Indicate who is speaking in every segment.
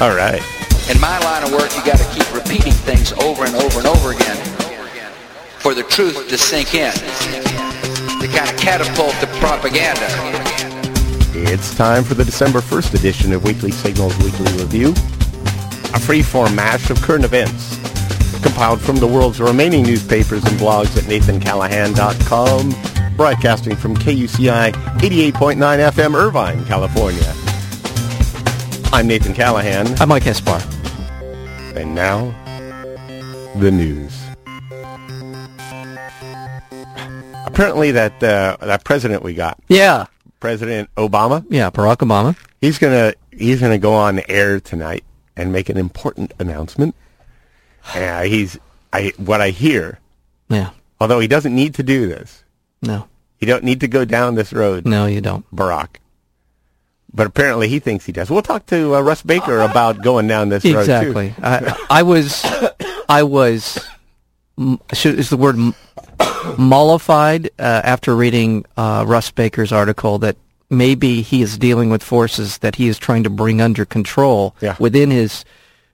Speaker 1: All right.
Speaker 2: In my line of work, you got to keep repeating things over and over and over again for the truth to sink in, to kind of catapult the propaganda.
Speaker 1: It's time for the December 1st edition of Weekly Signals Weekly Review, a free-form mash of current events compiled from the world's remaining newspapers and blogs at nathancallahan.com, broadcasting from KUCI 88.9 FM, Irvine, California. I'm Nathan Callahan.
Speaker 3: I'm Mike Espar.
Speaker 1: And now, the news. Apparently, that uh, that president we got,
Speaker 3: Yeah.
Speaker 1: President Obama,
Speaker 3: Yeah, Barack Obama.
Speaker 1: he's gonna he's gonna go on air tonight and make an important announcement. Uh, he's I what I hear,
Speaker 3: Yeah.
Speaker 1: although he doesn't need to do this.
Speaker 3: No.
Speaker 1: He don't need to go down this road,
Speaker 3: No, you don't.
Speaker 1: Barack. But apparently, he thinks he does. We'll talk to uh, Russ Baker about going down this road too.
Speaker 3: Exactly. I, I was, I was, m- should, is the word m- mollified uh, after reading uh, Russ Baker's article that maybe he is dealing with forces that he is trying to bring under control
Speaker 1: Yeah.
Speaker 3: within his,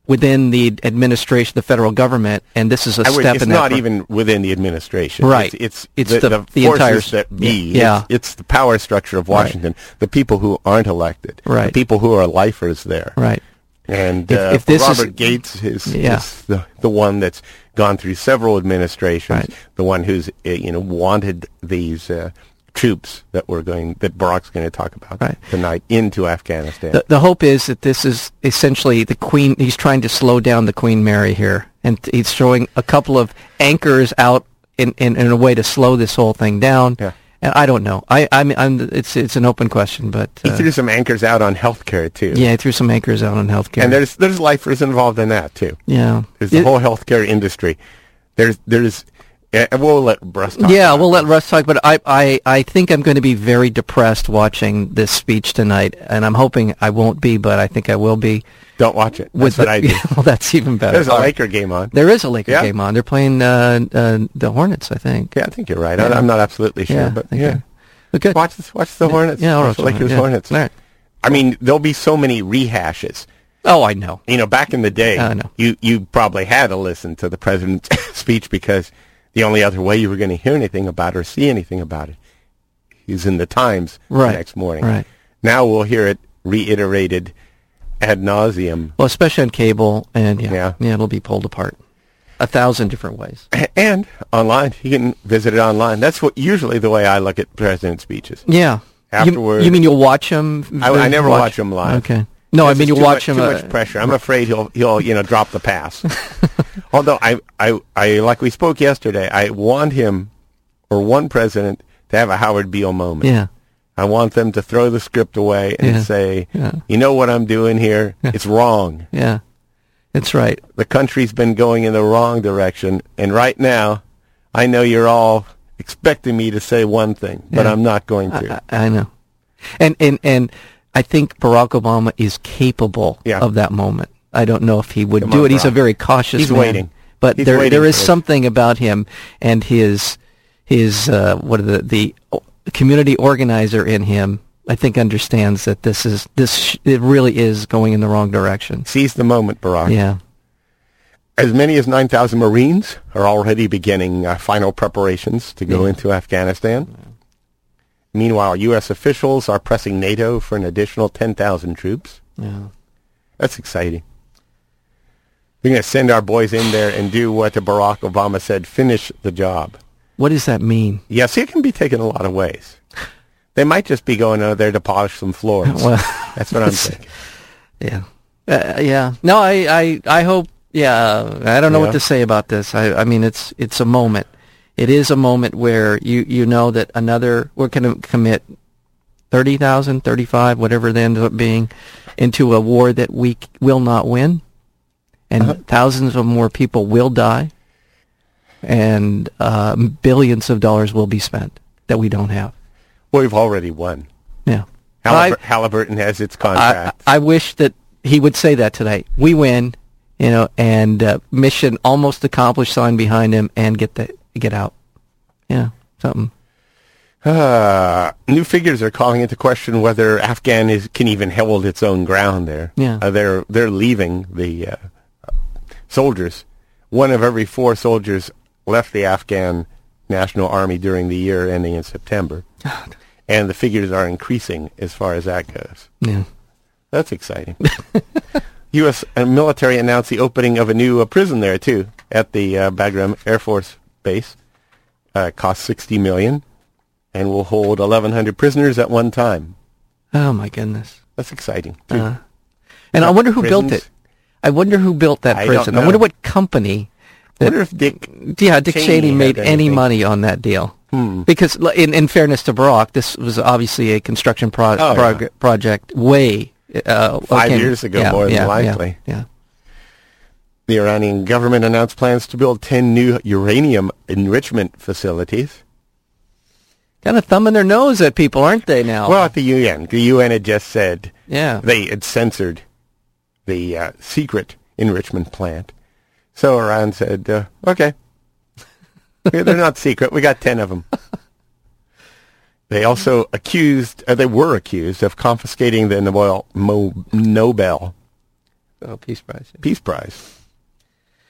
Speaker 3: within the administration, the federal government, and this is a
Speaker 1: I would-
Speaker 3: step
Speaker 1: it's
Speaker 3: in that.
Speaker 1: not
Speaker 3: dir-
Speaker 1: even within the administration.
Speaker 3: Right.
Speaker 1: It's it's,
Speaker 3: It's
Speaker 1: the,
Speaker 3: the-
Speaker 1: the,
Speaker 3: the
Speaker 1: forces
Speaker 3: entire s-
Speaker 1: that be.
Speaker 3: yeah.
Speaker 1: It's, it's the power structure of Washington. The people who aren't elected. The
Speaker 3: Right.
Speaker 1: people who are lifers there.
Speaker 3: right.
Speaker 1: And
Speaker 3: If-
Speaker 1: uh,
Speaker 3: if this is-
Speaker 1: Robert Gates is,
Speaker 3: Yeah.
Speaker 1: is the, the one that's gone through several administrations.
Speaker 3: Right.
Speaker 1: The one who's uh, you know wanted these uh, troops that we're going that Barack's going to talk about
Speaker 3: Right.
Speaker 1: tonight into Afghanistan.
Speaker 3: The, the hope is that this is essentially the Queen. He's trying to slow down the Queen Mary here, and t- he's throwing a couple of anchors out in, in, in a way to slow this whole thing down.
Speaker 1: Yeah.
Speaker 3: And I don't know. I I'm, I'm it's it's an open question, but
Speaker 1: he
Speaker 3: uh,
Speaker 1: threw some anchors out on healthcare too.
Speaker 3: yeah, he threw some anchors out on healthcare.
Speaker 1: And there's there's lifers involved in that too.
Speaker 3: yeah,
Speaker 1: There's the
Speaker 3: It-
Speaker 1: whole healthcare industry. There's there's and we'll let Russ talk.
Speaker 3: yeah,
Speaker 1: about
Speaker 3: we'll
Speaker 1: it.
Speaker 3: let Russ talk, but I, I, I think I'm going to be very depressed watching this speech tonight, and I'm hoping I won't be, but I think I will be.
Speaker 1: don't watch it. That's what
Speaker 3: the-
Speaker 1: I do.
Speaker 3: well, that's even better.
Speaker 1: There's a
Speaker 3: All right.
Speaker 1: Laker game on.
Speaker 3: There is a Laker
Speaker 1: Yeah.
Speaker 3: game on. They're playing uh, uh, the Hornets, I think.
Speaker 1: Yeah, I think you're right. I, I'm not absolutely sure,
Speaker 3: Yeah,
Speaker 1: but
Speaker 3: I think
Speaker 1: yeah.
Speaker 3: so. But good.
Speaker 1: Watch this. Watch the Hornets.
Speaker 3: yeah, I'll
Speaker 1: watch the
Speaker 3: watch the
Speaker 1: Lakers
Speaker 3: Hornets,
Speaker 1: Hornets.
Speaker 3: yeah. All right.
Speaker 1: I mean, there'll be so many rehashes.
Speaker 3: Oh, I know.
Speaker 1: You know, back in the day,
Speaker 3: I know.
Speaker 1: you you probably had to listen to the president's speech because the only other way you were going to hear anything about or see anything about it is in the Times
Speaker 3: Right,
Speaker 1: the next morning.
Speaker 3: right.
Speaker 1: Now we'll hear it reiterated ad nauseum
Speaker 3: Well, especially on cable, and yeah,
Speaker 1: Yeah.
Speaker 3: yeah, it'll be pulled apart a thousand different ways.
Speaker 1: and online. You can visit it online. That's what usually the way I look at president speeches.
Speaker 3: Yeah. You-
Speaker 1: Afterward-
Speaker 3: you, mean you'll watch them?
Speaker 1: I- I never watch 'em live.
Speaker 3: Okay. No, I
Speaker 1: It's
Speaker 3: mean
Speaker 1: just
Speaker 3: you'll
Speaker 1: too
Speaker 3: watch uh,
Speaker 1: much,
Speaker 3: them.
Speaker 1: Too much pressure. I'm afraid he'll he'll you know drop the pass. Although I, I I like we spoke yesterday. I want him or one president to have a Howard Beale moment.
Speaker 3: Yeah.
Speaker 1: I want them to throw the script away and
Speaker 3: Yeah.
Speaker 1: say,
Speaker 3: Yeah.
Speaker 1: you know what I'm doing here? It's wrong.
Speaker 3: Yeah. That's right.
Speaker 1: The country's been going in the wrong direction, and right now, I know you're all expecting me to say one thing, but
Speaker 3: Yeah.
Speaker 1: I'm not going to.
Speaker 3: I, I know. And and and I think Barack Obama is capable
Speaker 1: Yeah.
Speaker 3: of that moment. I don't know if he would
Speaker 1: Come
Speaker 3: do
Speaker 1: on,
Speaker 3: it. He's a
Speaker 1: Barack.
Speaker 3: very cautious
Speaker 1: He's
Speaker 3: man.
Speaker 1: waiting.
Speaker 3: But
Speaker 1: He's
Speaker 3: there
Speaker 1: waiting
Speaker 3: there is
Speaker 1: for it.
Speaker 3: something about him and his his uh, what are the the o- community organizer in him. I think understands that this is this sh- it really is going in the wrong direction.
Speaker 1: Seize the moment, Barack.
Speaker 3: Yeah.
Speaker 1: As many as 9,000 Marines are already beginning uh, final preparations to go into Afghanistan. Meanwhile, U.S. officials are pressing NATO for an additional 10,000 troops.
Speaker 3: Yeah.
Speaker 1: That's exciting. We're going to send our boys in there and do what Barack Obama said, finish the job.
Speaker 3: What does that mean?
Speaker 1: Yes, it can be taken a lot of ways. They might just be going out there to polish some floors.
Speaker 3: Well,
Speaker 1: That's what I'm thinking.
Speaker 3: Yeah. Uh, yeah. No, I, I, I hope, yeah, I don't know
Speaker 1: Yeah.
Speaker 3: what to say about this. I, I mean, it's, it's a moment. It is a moment where you, you know that another, we're going to commit 30,000, 35, whatever they end up being, into a war that we c- will not win. And thousands of more people will die. And uh, billions of dollars will be spent that we don't have.
Speaker 1: Well, we've already won.
Speaker 3: Yeah. I-
Speaker 1: Hallibur- Halliburton has its
Speaker 3: I,
Speaker 1: contract.
Speaker 3: I wish that he would say that tonight. We win, you know, and uh, mission almost accomplished sign behind him and get the get out. Yeah, something.
Speaker 1: Uh, new figures are calling into question whether Afghan is, can even hold its own ground there.
Speaker 3: Yeah.
Speaker 1: Uh, they're, they're leaving the uh, soldiers. One of every four soldiers left the Afghan National Army during the year ending in September. And the figures are increasing as far as that goes.
Speaker 3: Yeah.
Speaker 1: That's exciting. U.S. military announced the opening of a new uh, prison there too at the uh, Bagram Air Force Base. Uh, it cost sixty million, and will hold eleven hundred prisoners at one time.
Speaker 3: Oh my goodness.
Speaker 1: That's exciting. too.
Speaker 3: Uh, and I wonder who built
Speaker 1: prisons?
Speaker 3: it. I wonder who built that
Speaker 1: I don't
Speaker 3: prison. I
Speaker 1: know.
Speaker 3: wonder what company.
Speaker 1: I wonder if Dick.
Speaker 3: Yeah, Dick
Speaker 1: Cheney
Speaker 3: Cheney
Speaker 1: had
Speaker 3: made any
Speaker 1: anything. Hmm.
Speaker 3: money on that deal. Because, l- in, in fairness to Brock, this was obviously a construction pro-
Speaker 1: Oh,
Speaker 3: prog-
Speaker 1: yeah.
Speaker 3: project way uh,
Speaker 1: Five
Speaker 3: came-
Speaker 1: years ago, more than likely.
Speaker 3: Yeah,
Speaker 1: The Iranian government announced plans to build ten new uranium enrichment facilities.
Speaker 3: kind of thumbing their nose at people, aren't they now?
Speaker 1: Well, at the UN, the UN had just said
Speaker 3: yeah,
Speaker 1: they had censored the uh, secret enrichment plant. So Iran said, uh, okay, Yeah, they're not secret. We got 10 of them. They also accused, uh, they were accused of confiscating the Nobel, Mo, Nobel
Speaker 3: oh, peace prize.
Speaker 1: Peace Prize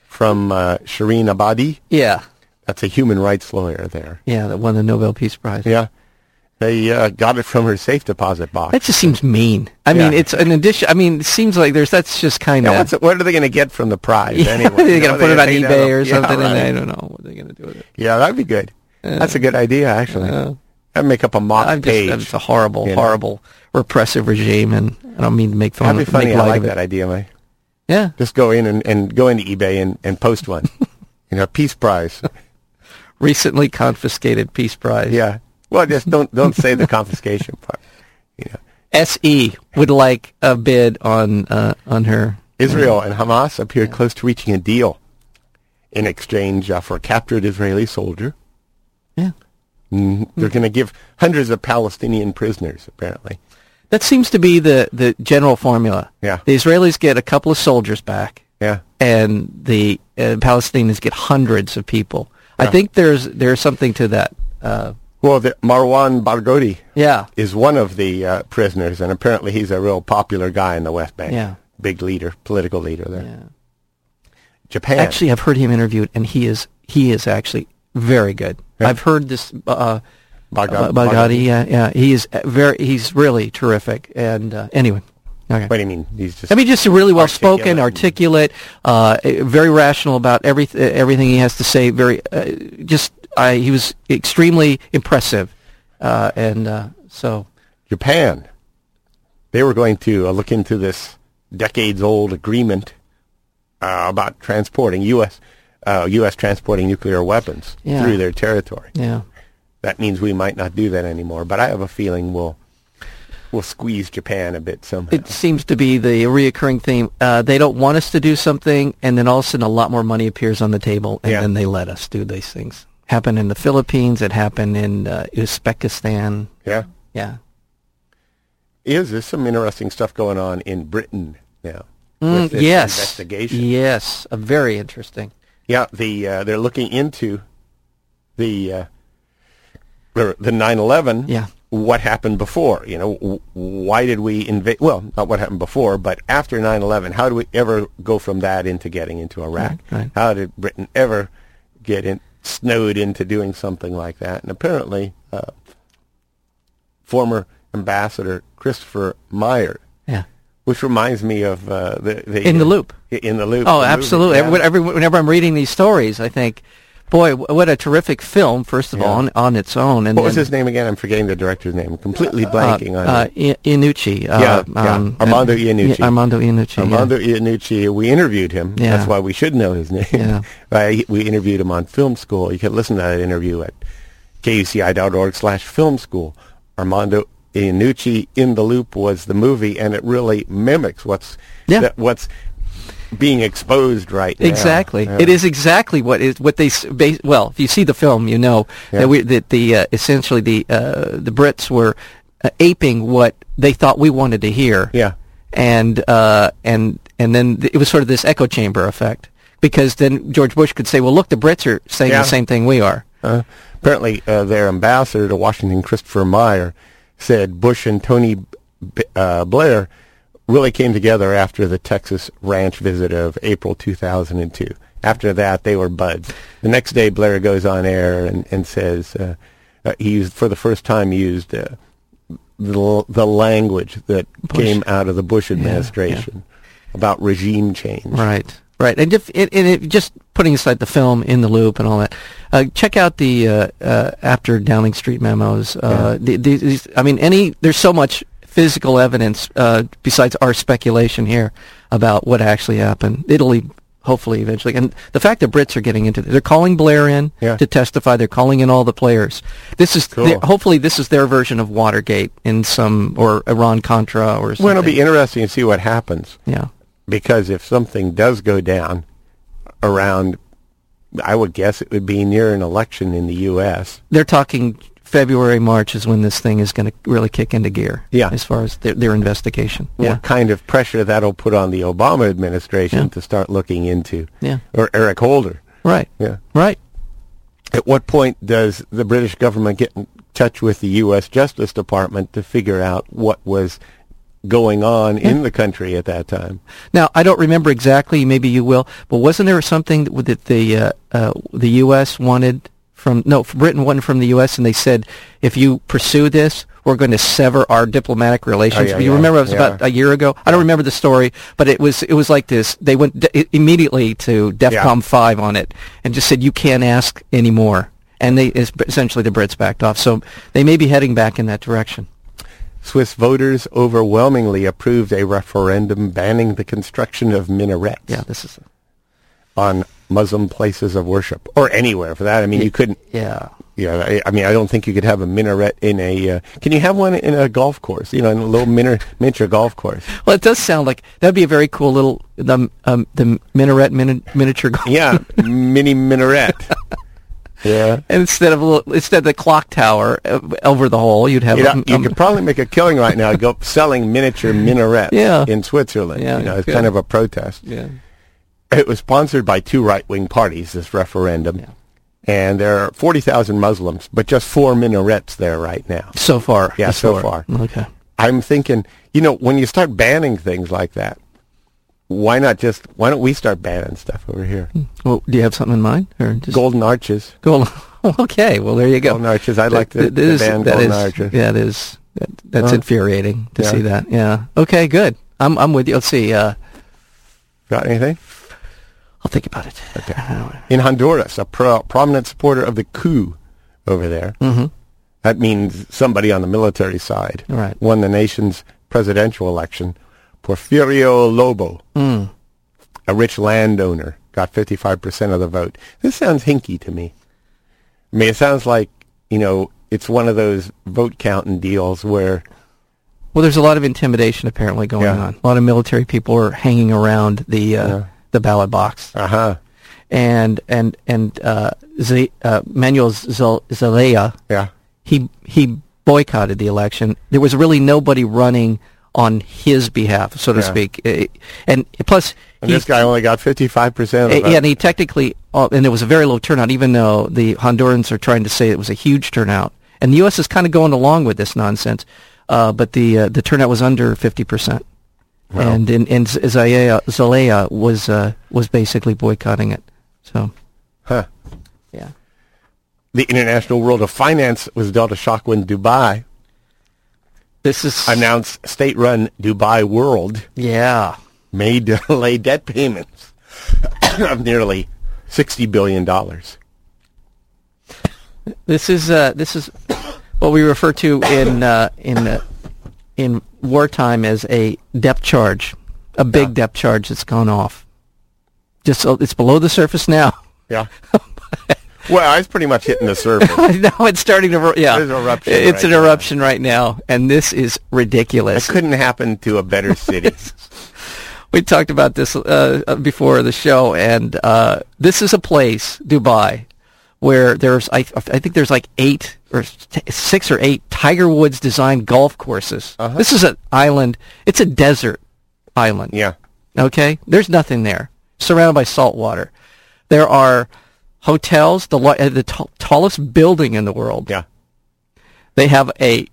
Speaker 1: from uh, Shireen Abadi.
Speaker 3: Yeah,
Speaker 1: That's a human rights lawyer there.
Speaker 3: yeah, that won the Nobel Peace Prize.
Speaker 1: Yeah. They uh, got it from her safe deposit box.
Speaker 3: That just seems mean. I
Speaker 1: Yeah.
Speaker 3: mean, it's an addition. I mean, it seems like there's that's just kind
Speaker 1: Now,
Speaker 3: of.
Speaker 1: what's, what are they going to get from the prize anyway?
Speaker 3: they're
Speaker 1: You know,
Speaker 3: gonna put it on
Speaker 1: they- they
Speaker 3: eBay
Speaker 1: don't-
Speaker 3: or
Speaker 1: Yeah,
Speaker 3: something, and
Speaker 1: right.
Speaker 3: I don't know what they're gonna do with it.
Speaker 1: Yeah, that'd be good. That's a good idea, actually.
Speaker 3: Uh,
Speaker 1: I'd make up a mock
Speaker 3: I'm
Speaker 1: page.
Speaker 3: just, it's a horrible,
Speaker 1: you know.
Speaker 3: horrible, repressive regime, and I don't mean to make fun
Speaker 1: That'd be
Speaker 3: of
Speaker 1: funny.
Speaker 3: make
Speaker 1: I
Speaker 3: light
Speaker 1: like
Speaker 3: of it.
Speaker 1: that idea, Mike.
Speaker 3: Yeah,
Speaker 1: Just go in and, and go into eBay and, and post one. you know, peace prize.
Speaker 3: recently confiscated Peace Prize.
Speaker 1: Yeah. Well, just don't don't say the confiscation part. You know,
Speaker 3: SE E would like a bid on uh, on her.
Speaker 1: Israel and Hamas appeared close to reaching a deal in exchange uh, for a captured Israeli soldier.
Speaker 3: Yeah,
Speaker 1: Mm, They're going to give hundreds of Palestinian prisoners, apparently.
Speaker 3: that seems to be the the general formula.
Speaker 1: Yeah.
Speaker 3: the Israelis get a couple of soldiers back.
Speaker 1: Yeah.
Speaker 3: and the uh, Palestinians get hundreds of people. I think there's there's something to that. Uh,
Speaker 1: Well, the, Marwan Barghouti
Speaker 3: yeah,
Speaker 1: is one of the uh, prisoners, and apparently he's a real popular guy in the West Bank.
Speaker 3: Yeah.
Speaker 1: Big leader, political leader there.
Speaker 3: yeah.
Speaker 1: Japan.
Speaker 3: Actually, I've heard him interviewed, and he is he is actually very good.
Speaker 1: Yeah.
Speaker 3: I've heard this uh,
Speaker 1: Baghdad-
Speaker 3: Baghdadi. Yeah, yeah. He is uh, very he's really terrific. And uh, anyway, okay.
Speaker 1: What do you mean? He's just.
Speaker 3: I mean, just a really well spoken,
Speaker 1: Articulate.
Speaker 3: articulate, uh, eh, very rational about every, eh, everything he has to say. Very, uh, just I, he was extremely impressive, uh, and uh, so
Speaker 1: Japan. They were going to uh, look into this decades-old agreement uh, about transporting U.S. Uh, U.S. transporting nuclear weapons
Speaker 3: Yeah.
Speaker 1: through their territory.
Speaker 3: yeah.
Speaker 1: That means we might not do that anymore. But I have a feeling we'll we'll squeeze Japan a bit somehow.
Speaker 3: It seems to be the reoccurring theme. Uh, they don't want us to do something, and then all of a sudden, a lot more money appears on the table, and
Speaker 1: Yeah.
Speaker 3: then they let us do these things. Happened in the Philippines. It happened in uh, Uzbekistan.
Speaker 1: yeah.
Speaker 3: Yeah,
Speaker 1: is there's some interesting stuff going on in Britain now.
Speaker 3: Mm,
Speaker 1: with this
Speaker 3: yes,
Speaker 1: investigation.
Speaker 3: Yes, uh, very interesting.
Speaker 1: Yeah, the uh, they're looking into the uh, the the nine eleven.
Speaker 3: Yeah.
Speaker 1: what happened before? You know, w- why did we invade? Well, not what happened before, but after nine eleven. How do we ever go from that into getting into Iraq?
Speaker 3: Right, right.
Speaker 1: How did Britain ever get in, snowed into doing something like that? And apparently, uh, former ambassador Christopher Meyer
Speaker 3: Yeah.
Speaker 1: which reminds me of uh, the, the
Speaker 3: In the Loop.
Speaker 1: In the loop.
Speaker 3: Oh,
Speaker 1: the movie,
Speaker 3: absolutely.
Speaker 1: yeah.
Speaker 3: Every- every- whenever I'm reading these stories, I think, boy, wh- what a terrific film! First of all,
Speaker 1: Yeah.
Speaker 3: on, on its own. And
Speaker 1: What was
Speaker 3: then,
Speaker 1: his name again? I'm forgetting the director's name. I'm completely blanking
Speaker 3: uh,
Speaker 1: on
Speaker 3: uh,
Speaker 1: it.
Speaker 3: I- Iannucci. Uh,
Speaker 1: Yeah, yeah. Armando
Speaker 3: and-
Speaker 1: Iannucci.
Speaker 3: Yeah, Armando Iannucci. yeah.
Speaker 1: Armando Iannucci. We interviewed him.
Speaker 3: Yeah.
Speaker 1: That's why we should know his name.
Speaker 3: Yeah.
Speaker 1: Right, we interviewed him on Film School. You can listen to that interview at kuci.org slash film school. Armando Iannucci in the loop was the movie, and it really mimics what's
Speaker 3: Yeah.
Speaker 1: that- what's being exposed right now.
Speaker 3: Exactly.
Speaker 1: Yeah.
Speaker 3: It is exactly what is what they s- base, well. If you see the film, you know
Speaker 1: Yeah.
Speaker 3: that we that the uh, essentially the uh, the Brits were uh, aping what they thought we wanted to hear.
Speaker 1: Yeah.
Speaker 3: And uh, and and then th- it was sort of this echo chamber effect because then George Bush could say, "Well, look, the Brits are saying
Speaker 1: Yeah.
Speaker 3: the same thing we are."
Speaker 1: Uh, Apparently, uh, their ambassador to Washington, Christopher Meyer, said Bush and Tony B- uh, Blair really came together after the Texas ranch visit of April 2002. After that, they were buds. The next day, Blair goes on air and, and says uh, uh, he used, for the first time, used uh, the, l- the language that
Speaker 3: Bush.
Speaker 1: came out of the Bush administration about regime change.
Speaker 3: Right, right, and if it, and it, just putting aside the film in the loop and all that, uh, check out the uh, uh, after Downing Street memos. Uh, the, the, these, I mean, any there's so much physical evidence uh, besides our speculation here about what actually happened. Italy, hopefully, eventually, and the fact that Brits are getting into this, they're calling Blair in
Speaker 1: Yeah.
Speaker 3: to testify. They're calling in all the players. This is
Speaker 1: Cool.
Speaker 3: hopefully this is their version of Watergate in some or Iran Contra or something.
Speaker 1: Well, it'll be interesting to see what happens.
Speaker 3: yeah.
Speaker 1: because if something does go down around, I would guess it would be near an election in the U.S.
Speaker 3: they're talking February, March is when this thing is going to really kick into gear.
Speaker 1: Yeah.
Speaker 3: As far as their, their investigation.
Speaker 1: What kind of pressure that'll put on the Obama administration
Speaker 3: Yeah.
Speaker 1: to start looking into,
Speaker 3: Yeah.
Speaker 1: or Eric Holder.
Speaker 3: Right.
Speaker 1: Yeah.
Speaker 3: Right.
Speaker 1: At what point does the British government get in touch with the U.S. Justice Department to figure out what was going on in the country at that time?
Speaker 3: Now, I don't remember exactly. Maybe you will. But wasn't there something that, that the uh, uh, the U.S. wanted from no Britain wanted from the U.S. and they said if you pursue this, we're going to sever our diplomatic relations.
Speaker 1: Oh, yeah,
Speaker 3: you
Speaker 1: yeah,
Speaker 3: remember it was
Speaker 1: yeah.
Speaker 3: about a year ago. I don't remember the story, but it was it was like this. They went d- immediately to DEFCON five on it and just said you can't ask anymore. And they es- essentially the Brits backed off. So they may be heading back in that direction.
Speaker 1: Swiss voters overwhelmingly approved a referendum banning the construction of minarets.
Speaker 3: Yeah, this is
Speaker 1: on Muslim places of worship or anywhere for that. I mean, you couldn't.
Speaker 3: yeah.
Speaker 1: Yeah, I, I mean, I don't think you could have a minaret in a. Uh, can you have one in a golf course? You know, in a little minar- miniature golf course.
Speaker 3: Well, it does sound like that'd be a very cool little the um, the minaret mini- miniature golf.
Speaker 1: Yeah, mini minaret. Yeah,
Speaker 3: Instead of a little, instead of the clock tower uh, over the hole, you'd have
Speaker 1: you,
Speaker 3: um,
Speaker 1: know, you
Speaker 3: um,
Speaker 1: could probably make a killing right now. Go selling miniature minarets
Speaker 3: Yeah.
Speaker 1: in Switzerland.
Speaker 3: Yeah,
Speaker 1: you know,
Speaker 3: you
Speaker 1: it's
Speaker 3: could.
Speaker 1: kind of a protest.
Speaker 3: yeah.
Speaker 1: It was sponsored by two right-wing parties. This referendum,
Speaker 3: Yeah.
Speaker 1: and there are forty thousand Muslims, but just four minarets there right now.
Speaker 3: So far,
Speaker 1: Yeah,
Speaker 3: this
Speaker 1: so
Speaker 3: far.
Speaker 1: far.
Speaker 3: Okay.
Speaker 1: I'm thinking, you know, when you start banning things like that, why not just why don't we start banning stuff over here?
Speaker 3: Well, do you have something in mind, or just
Speaker 1: Golden arches,
Speaker 3: go? Okay. Well, there you go.
Speaker 1: golden arches. I like to,
Speaker 3: Th-
Speaker 1: to
Speaker 3: this-
Speaker 1: ban
Speaker 3: that
Speaker 1: golden
Speaker 3: is-
Speaker 1: arches.
Speaker 3: Yeah, it is. That, that's
Speaker 1: Huh?
Speaker 3: infuriating to
Speaker 1: Yeah.
Speaker 3: see that. Yeah. Okay. Good. I'm I'm with you. Let's see. Uh,
Speaker 1: Got anything?
Speaker 3: I'll think about it. Okay.
Speaker 1: In Honduras, a pro- prominent supporter of the coup over there. Mm-hmm. That means somebody on the military side
Speaker 3: Right.
Speaker 1: won the nation's presidential election. Porfirio Lobo,
Speaker 3: Mm.
Speaker 1: a rich landowner, got 55% of the vote. This sounds hinky to me. I mean, it sounds like, you know, it's one of those vote counting deals where,
Speaker 3: Well, there's a lot of intimidation apparently going
Speaker 1: Yeah.
Speaker 3: on. A lot of military people are hanging around the uh, the ballot box,
Speaker 1: uh huh,
Speaker 3: and and and uh, Z, uh, Manuel Zel- Zelaya,
Speaker 1: yeah,
Speaker 3: he he boycotted the election. There was really nobody running on his behalf, so to
Speaker 1: Yeah.
Speaker 3: speak. Eh, And plus,
Speaker 1: and this guy only got 55% of the
Speaker 3: Eh,
Speaker 1: vote.
Speaker 3: Yeah, and he technically, uh, and it was a very low turnout, even though the Hondurans are trying to say it was a huge turnout. And the U.S. is kind of going along with this nonsense, uh, but the uh, the turnout was under fifty percent, and in, and Z- Zaya Zalea was uh, was basically boycotting it. So,
Speaker 1: Huh.
Speaker 3: yeah,
Speaker 1: The international world of finance was dealt a shock when Dubai
Speaker 3: this is
Speaker 1: announced state-run Dubai World
Speaker 3: yeah,
Speaker 1: may delay debt payments of nearly $60 billion.
Speaker 3: this is uh, this is what we refer to in uh, in uh, in wartime as a depth charge, a big depth charge that's gone off. Just so it's below the surface now.
Speaker 1: Yeah. well, I was pretty much hitting the surface.
Speaker 3: now it's starting to ru- yeah.
Speaker 1: There's an eruption
Speaker 3: It's
Speaker 1: right
Speaker 3: an
Speaker 1: now.
Speaker 3: eruption right now, and this is
Speaker 1: It
Speaker 3: ridiculous.
Speaker 1: couldn't happen to a better city.
Speaker 3: We talked about this uh, uh, before the show, and uh, this is a place, Dubai, where there's I, I think there's like eight or s- t- six or eight Tiger Woods designed golf courses. This is an island. It's a desert island.
Speaker 1: Yeah.
Speaker 3: Okay? There's nothing there. Surrounded by salt water. There are hotels, the lo- uh, the t- tallest building in the world.
Speaker 1: Yeah.
Speaker 3: They have a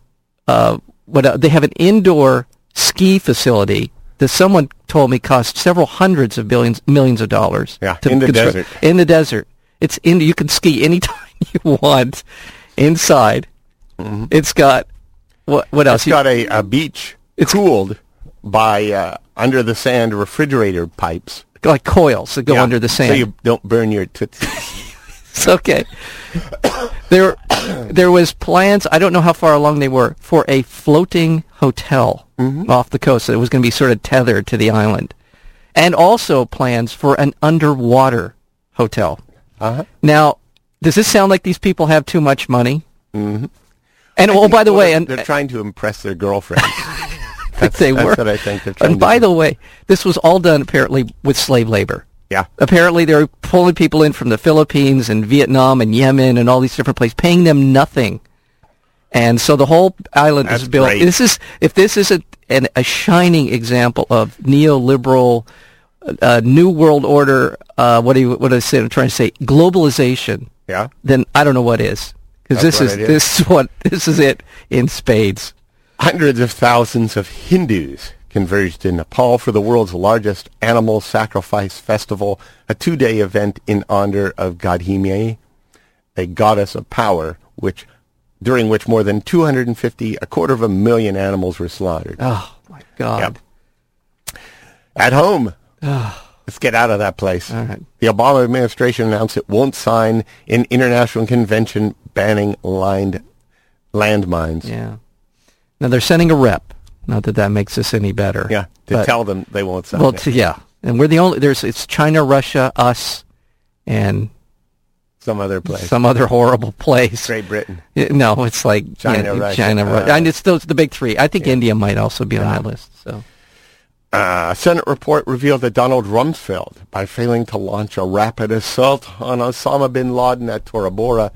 Speaker 3: uh, what uh, they have an indoor ski facility that someone told me cost several hundreds of billions millions of dollars.
Speaker 1: Yeah, in the desert.
Speaker 3: In the desert, it's in. You can ski anytime you want inside. It's got what? What else?
Speaker 1: Mm-hmm. It's got a, a beach
Speaker 3: It's-
Speaker 1: cooled by uh, under the sand refrigerator pipes.
Speaker 3: like coils that go
Speaker 1: Yeah.
Speaker 3: Oh, under the sand.
Speaker 1: So you don't burn your tits.
Speaker 3: It's okay. there, there was plans. I don't know how far along they were for a floating hotel
Speaker 1: Mm-hmm.
Speaker 3: off the coast that was going to be sort of tethered to the island, and also plans for an underwater hotel.
Speaker 1: Uh-huh.
Speaker 3: Now, does this sound like these people have too much money? Mm-hmm. And oh, by the
Speaker 1: Well,
Speaker 3: way,
Speaker 1: they're,
Speaker 3: and
Speaker 1: they're trying to impress their girlfriends.
Speaker 3: that's, they
Speaker 1: That's
Speaker 3: were.
Speaker 1: what I think they're trying
Speaker 3: and
Speaker 1: to
Speaker 3: by
Speaker 1: do.
Speaker 3: the way, this was all done apparently with slave labor.
Speaker 1: yeah,
Speaker 3: apparently they're pulling people in from the Philippines and Vietnam and Yemen and all these different places, paying them nothing. And so the whole island is
Speaker 1: That's
Speaker 3: built.
Speaker 1: great.
Speaker 3: This is if this isn't an, a shining example of neoliberal, uh, new world order. Uh, what do you, what is it? I'm trying to say globalization.
Speaker 1: Yeah.
Speaker 3: Then I don't know what is because
Speaker 1: That's
Speaker 3: this
Speaker 1: what
Speaker 3: is
Speaker 1: it is.
Speaker 3: this is what this is it in spades.
Speaker 1: hundreds of thousands of Hindus converged in Nepal for the world's largest animal sacrifice festival, a two-day event in honor of Gadhime, a goddess of power, which during which more than 250, a quarter of a million animals were slaughtered.
Speaker 3: Oh my God.
Speaker 1: Yep. At home. Let's get out of that place.
Speaker 3: Ah. right.
Speaker 1: The Obama administration announced it won't sign an international convention banning lined landmines.
Speaker 3: Yeah. Now they're sending a rep. Not that that makes us any better.
Speaker 1: Yeah, to
Speaker 3: but-
Speaker 1: tell them they won't sign
Speaker 3: Well,
Speaker 1: it.
Speaker 3: t- yeah, and we're the only. There's it's China, Russia, us, and
Speaker 1: Some other place.
Speaker 3: some other horrible place.
Speaker 1: Great Britain.
Speaker 3: Yeah, No, it's like you
Speaker 1: China,
Speaker 3: know,
Speaker 1: Russia,
Speaker 3: China, Ru-
Speaker 1: uh,
Speaker 3: and it's those the big three. I think India might also be on that list. So
Speaker 1: A Uh, Senate report revealed that Donald Rumsfeld, by failing to launch a rapid assault on Osama bin Laden at Tora Bora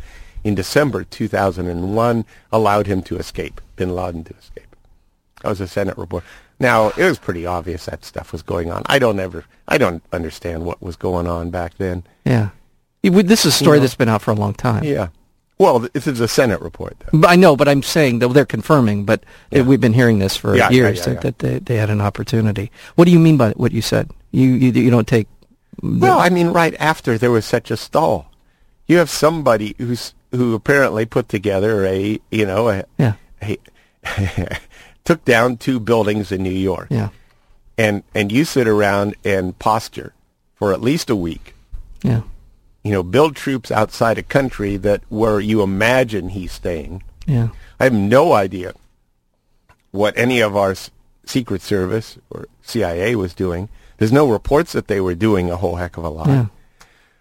Speaker 1: in December 2001, allowed him to escape, bin Laden to escape. That was a Senate report. Now, it was pretty obvious that stuff was going on. I don't ever, I don't understand what was going on back then.
Speaker 3: yeah, It would- this is a story that's been out for a long time.
Speaker 1: Yeah. Well, th- this is a Senate report, though.
Speaker 3: But I know, but I'm saying though they're confirming, but uh, we've been hearing this for
Speaker 1: Yeah, yeah,
Speaker 3: years
Speaker 1: yeah,
Speaker 3: that,
Speaker 1: yeah.
Speaker 3: that they, they had an opportunity. What do you mean by what you said? You you, you don't take
Speaker 1: Well, I mean, right after there was such a stall, you have somebody who's who apparently put together a you know a,
Speaker 3: Yeah.
Speaker 1: a- took down two buildings in New York,
Speaker 3: yeah
Speaker 1: and and you sit around and posture for at least a week.
Speaker 3: yeah
Speaker 1: You know, build troops outside a country that where you imagine he's staying.
Speaker 3: yeah
Speaker 1: I have no idea what any of our s- Secret Service or CIA was doing. There's no reports that they were doing a whole heck of a lot.
Speaker 3: yeah.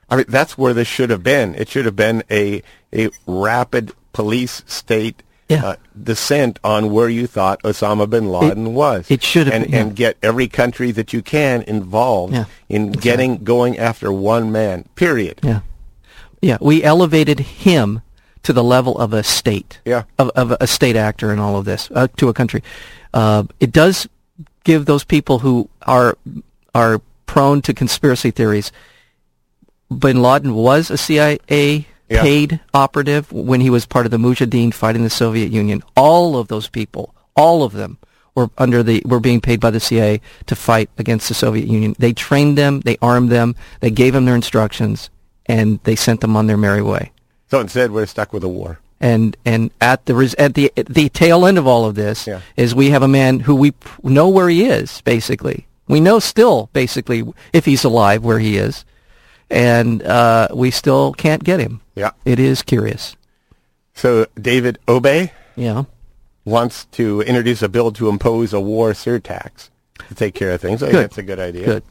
Speaker 1: I mean, that's where this should have been. It should have been a a rapid police state
Speaker 3: Yeah.
Speaker 1: uh, descent on where you thought Osama bin Laden was.
Speaker 3: it should have
Speaker 1: and,
Speaker 3: been, yeah.
Speaker 1: and get every country that you can involved
Speaker 3: Yeah.
Speaker 1: in getting going after one man. Period.
Speaker 3: Yeah. Yeah. We elevated him to the level of a state.
Speaker 1: Yeah.
Speaker 3: Of, of a state actor in all of this, uh, to a country. Uh, it does give those people who are, are prone to conspiracy theories. Bin Laden was a CIA
Speaker 1: Yeah.
Speaker 3: paid operative when he was part of the Mujahideen fighting the Soviet Union. All of those people, all of them, were under the were being paid by the CIA to fight against the Soviet Union. They trained them, they armed them, they gave them their instructions, and they sent them on their merry way.
Speaker 1: So instead, we're stuck with a war.
Speaker 3: And and at the res- at the at the tail end of all of this
Speaker 1: Yeah.
Speaker 3: is we have a man who we p- know where he is basically. We know still basically if he's alive where he is, and uh, we still can't get him.
Speaker 1: Yeah.
Speaker 3: It is curious.
Speaker 1: So David Obey
Speaker 3: Yeah.
Speaker 1: wants to introduce a bill to impose a war surtax to take care of things. I think
Speaker 3: Good.
Speaker 1: that's a good idea.
Speaker 3: Good.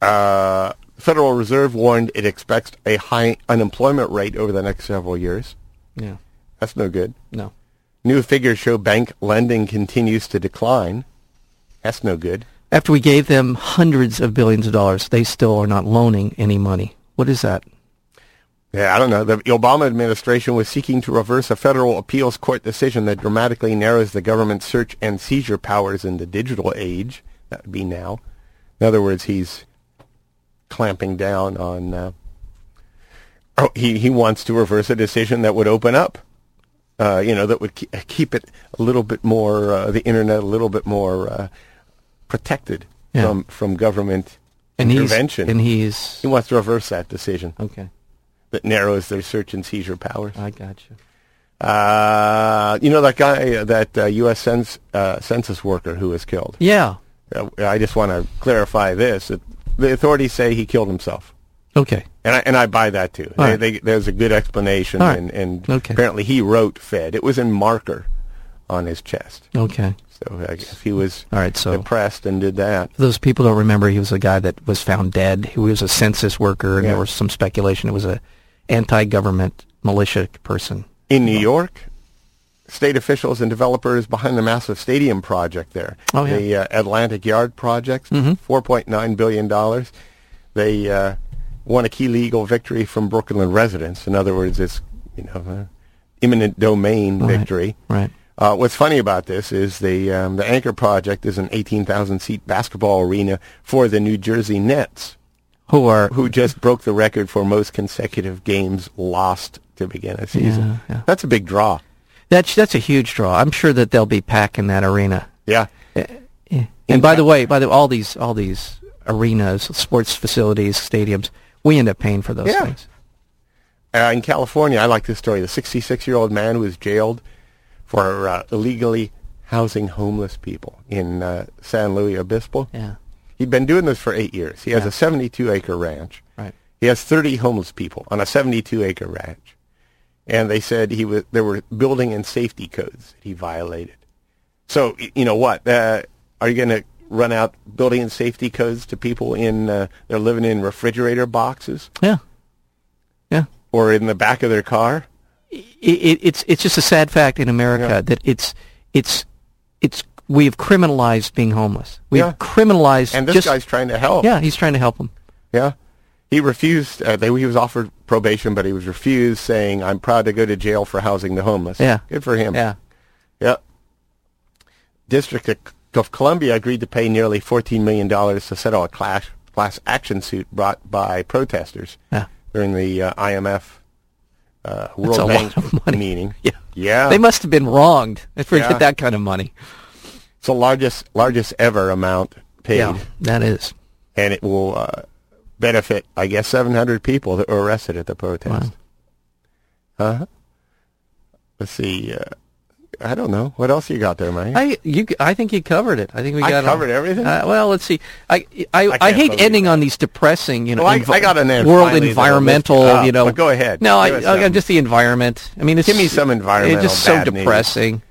Speaker 1: Uh, Federal Reserve warned it expects a high unemployment rate over the next several years.
Speaker 3: Yeah.
Speaker 1: That's no good.
Speaker 3: No.
Speaker 1: New figures show bank lending continues to decline. That's no good.
Speaker 3: After we gave them hundreds of billions of dollars, they still are not loaning any money. What is that?
Speaker 1: Yeah, I don't know. The Obama administration was seeking to reverse a federal appeals court decision that dramatically narrows the government's search and seizure powers in the digital age. That would be now. In other words, he's clamping down on uh, Oh, he, he wants to reverse a decision that would open up, uh, you know, that would ke- keep it a little bit more, uh, the internet a little bit more uh, protected
Speaker 3: Yeah.
Speaker 1: from, from government
Speaker 3: And he's
Speaker 1: intervention.
Speaker 3: and he's
Speaker 1: he wants to reverse that decision
Speaker 3: okay.
Speaker 1: that narrows their search and seizure powers.
Speaker 3: I got you.
Speaker 1: Uh, you know that guy, uh, that uh, U.S. Cens- uh, census worker who was killed.
Speaker 3: Yeah.
Speaker 1: Uh, I just want to clarify this: that the authorities say he killed himself,
Speaker 3: Okay.
Speaker 1: and I, and I buy that too.
Speaker 3: All
Speaker 1: They,
Speaker 3: right.
Speaker 1: they, there's a good explanation,
Speaker 3: All right.
Speaker 1: and, and
Speaker 3: Okay.
Speaker 1: apparently he wrote "fed." It was in marker on his chest,
Speaker 3: Okay.
Speaker 1: so I guess he was
Speaker 3: Oh. All right. So
Speaker 1: depressed and did that.
Speaker 3: for those people don't remember, he was a guy that was found dead. He was a census worker, and
Speaker 1: Yeah.
Speaker 3: there was some speculation it was a anti-government militia person.
Speaker 1: In New York, state officials and developers behind the massive stadium project there,
Speaker 3: Oh, yeah. Mm-hmm.
Speaker 1: the uh, Atlantic Yard project, $4.9 billion. dollars. They uh, won a key legal victory from Brooklyn residents. In other words, it's, you know, uh, imminent domain
Speaker 3: Right.
Speaker 1: victory.
Speaker 3: Right.
Speaker 1: Uh, what's funny about this is the um, the Anchor Project is an 18,000 seat basketball arena for the New Jersey Nets,
Speaker 3: Who are
Speaker 1: who just broke the record for most consecutive games lost to begin a season.
Speaker 3: Yeah, yeah.
Speaker 1: That's a big draw.
Speaker 3: that's that's a huge draw. I'm sure that they'll be packing that arena.
Speaker 1: Yeah.
Speaker 3: And by the way, by the all these all these arenas, sports facilities, stadiums, we end up paying for those
Speaker 1: Yeah.
Speaker 3: things.
Speaker 1: Uh, in California, I like this story. The 66-year-old man was jailed for uh, illegally housing homeless people in uh, San Luis Obispo.
Speaker 3: Yeah.
Speaker 1: He'd been doing this for eight years. He has
Speaker 3: Yeah.
Speaker 1: a 72-acre ranch.
Speaker 3: Right.
Speaker 1: He has 30 homeless people on a 72-acre ranch. And they said he was, there were building and safety codes that he violated. So, y- you know what? Uh, are you going to run out building and safety codes to people in, uh, they're living in refrigerator boxes
Speaker 3: Yeah. Yeah.
Speaker 1: or in the back of their car?
Speaker 3: it, it- it's it's just a sad fact in America
Speaker 1: Yeah.
Speaker 3: that it's it's it's we have criminalized being homeless. We've
Speaker 1: Yeah.
Speaker 3: criminalized
Speaker 1: And this
Speaker 3: just,
Speaker 1: guy's trying to help.
Speaker 3: yeah, he's trying to help them.
Speaker 1: Yeah. He refused. Uh, they, he was offered probation, but he was refused, saying, "I'm proud to go to jail for housing the homeless."
Speaker 3: Yeah.
Speaker 1: Good for him.
Speaker 3: Yeah.
Speaker 1: Yeah. District of- of Columbia agreed to pay nearly 14 million dollars to settle a class class action suit brought by protesters
Speaker 3: Yeah.
Speaker 1: during the uh, IMF uh, World
Speaker 3: a
Speaker 1: Bank
Speaker 3: lot of money.
Speaker 1: meeting.
Speaker 3: Yeah.
Speaker 1: Yeah.
Speaker 3: They must have been wronged for
Speaker 1: Yeah.
Speaker 3: that kind of money.
Speaker 1: it's the largest largest ever amount paid.
Speaker 3: Yeah, that is.
Speaker 1: and it will uh, benefit, I guess, 700 people that were arrested at the protest. Huh? Let's see. Uh, I don't know. What else you got there, Mike?
Speaker 3: I you I think you covered it. I think we
Speaker 1: I
Speaker 3: got
Speaker 1: covered everything?
Speaker 3: Uh, well, let's see. I I, I,
Speaker 1: can't
Speaker 3: hate
Speaker 1: believe
Speaker 3: ending
Speaker 1: that.
Speaker 3: on these depressing, you know,
Speaker 1: Well, I- I got an end
Speaker 3: world
Speaker 1: finally that'll
Speaker 3: environmental,
Speaker 1: lift you up,
Speaker 3: you know.
Speaker 1: but go ahead.
Speaker 3: No, I,
Speaker 1: Give us
Speaker 3: I,
Speaker 1: some.
Speaker 3: just the environment. I mean, it's
Speaker 1: Give me some environmental
Speaker 3: It's just so
Speaker 1: bad news.
Speaker 3: depressing.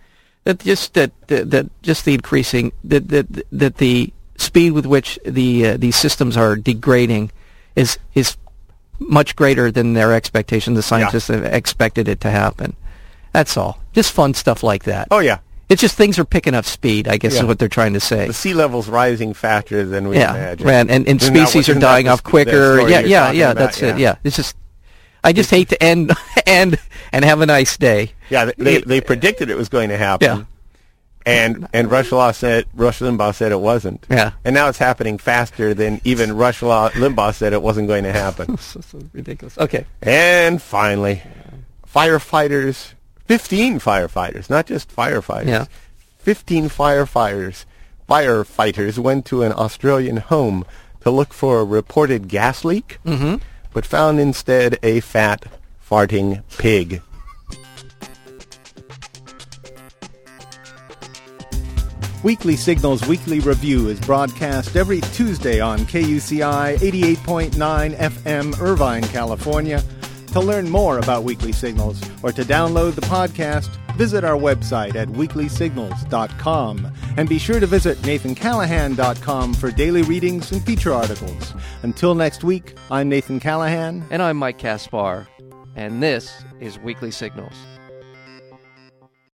Speaker 3: That just that, that that just the increasing that that that the speed with which the uh, these systems are degrading is is much greater than their expectation. The scientists have expected it to happen. That's all. Just fun stuff like that.
Speaker 1: oh, yeah.
Speaker 3: It's just things are picking up speed, I guess
Speaker 1: Yeah.
Speaker 3: is what they're trying to say.
Speaker 1: The sea level's rising faster than we
Speaker 3: Yeah,
Speaker 1: imagined.
Speaker 3: man, and, and
Speaker 1: Isn't that what-
Speaker 3: species are
Speaker 1: isn't that
Speaker 3: dying
Speaker 1: the
Speaker 3: off
Speaker 1: sp- the
Speaker 3: quicker.
Speaker 1: story
Speaker 3: Yeah,
Speaker 1: you're
Speaker 3: yeah,
Speaker 1: talking
Speaker 3: yeah.
Speaker 1: about?
Speaker 3: That's it. Yeah, it's just I just hate to end end and have a nice day.
Speaker 1: Yeah, th- they, they predicted it was going to happen.
Speaker 3: Yeah.
Speaker 1: And and Rush Limbaugh said Rush Limbaugh said it wasn't.
Speaker 3: Yeah.
Speaker 1: And now it's happening faster than even Rush Law, Limbaugh said it wasn't going to happen.
Speaker 3: This is so ridiculous. Okay,
Speaker 1: And finally, firefighters, 15 firefighters, not just firefighters.
Speaker 3: Yeah.
Speaker 1: 15 firefighters, firefighters went to an Australian home to look for a reported gas leak, but found instead a fat farting pig.
Speaker 4: Weekly Signals Weekly Review is broadcast every Tuesday on KUCI 88.9 FM, Irvine, California. To learn more about Weekly Signals or to download the podcast, visit our website at weeklysignals.com. And be sure to visit nathancallahan.com for daily readings and feature articles. Until next week, I'm Nathan Callahan.
Speaker 5: And I'm Mike Kaspar, and this is Weekly Signals.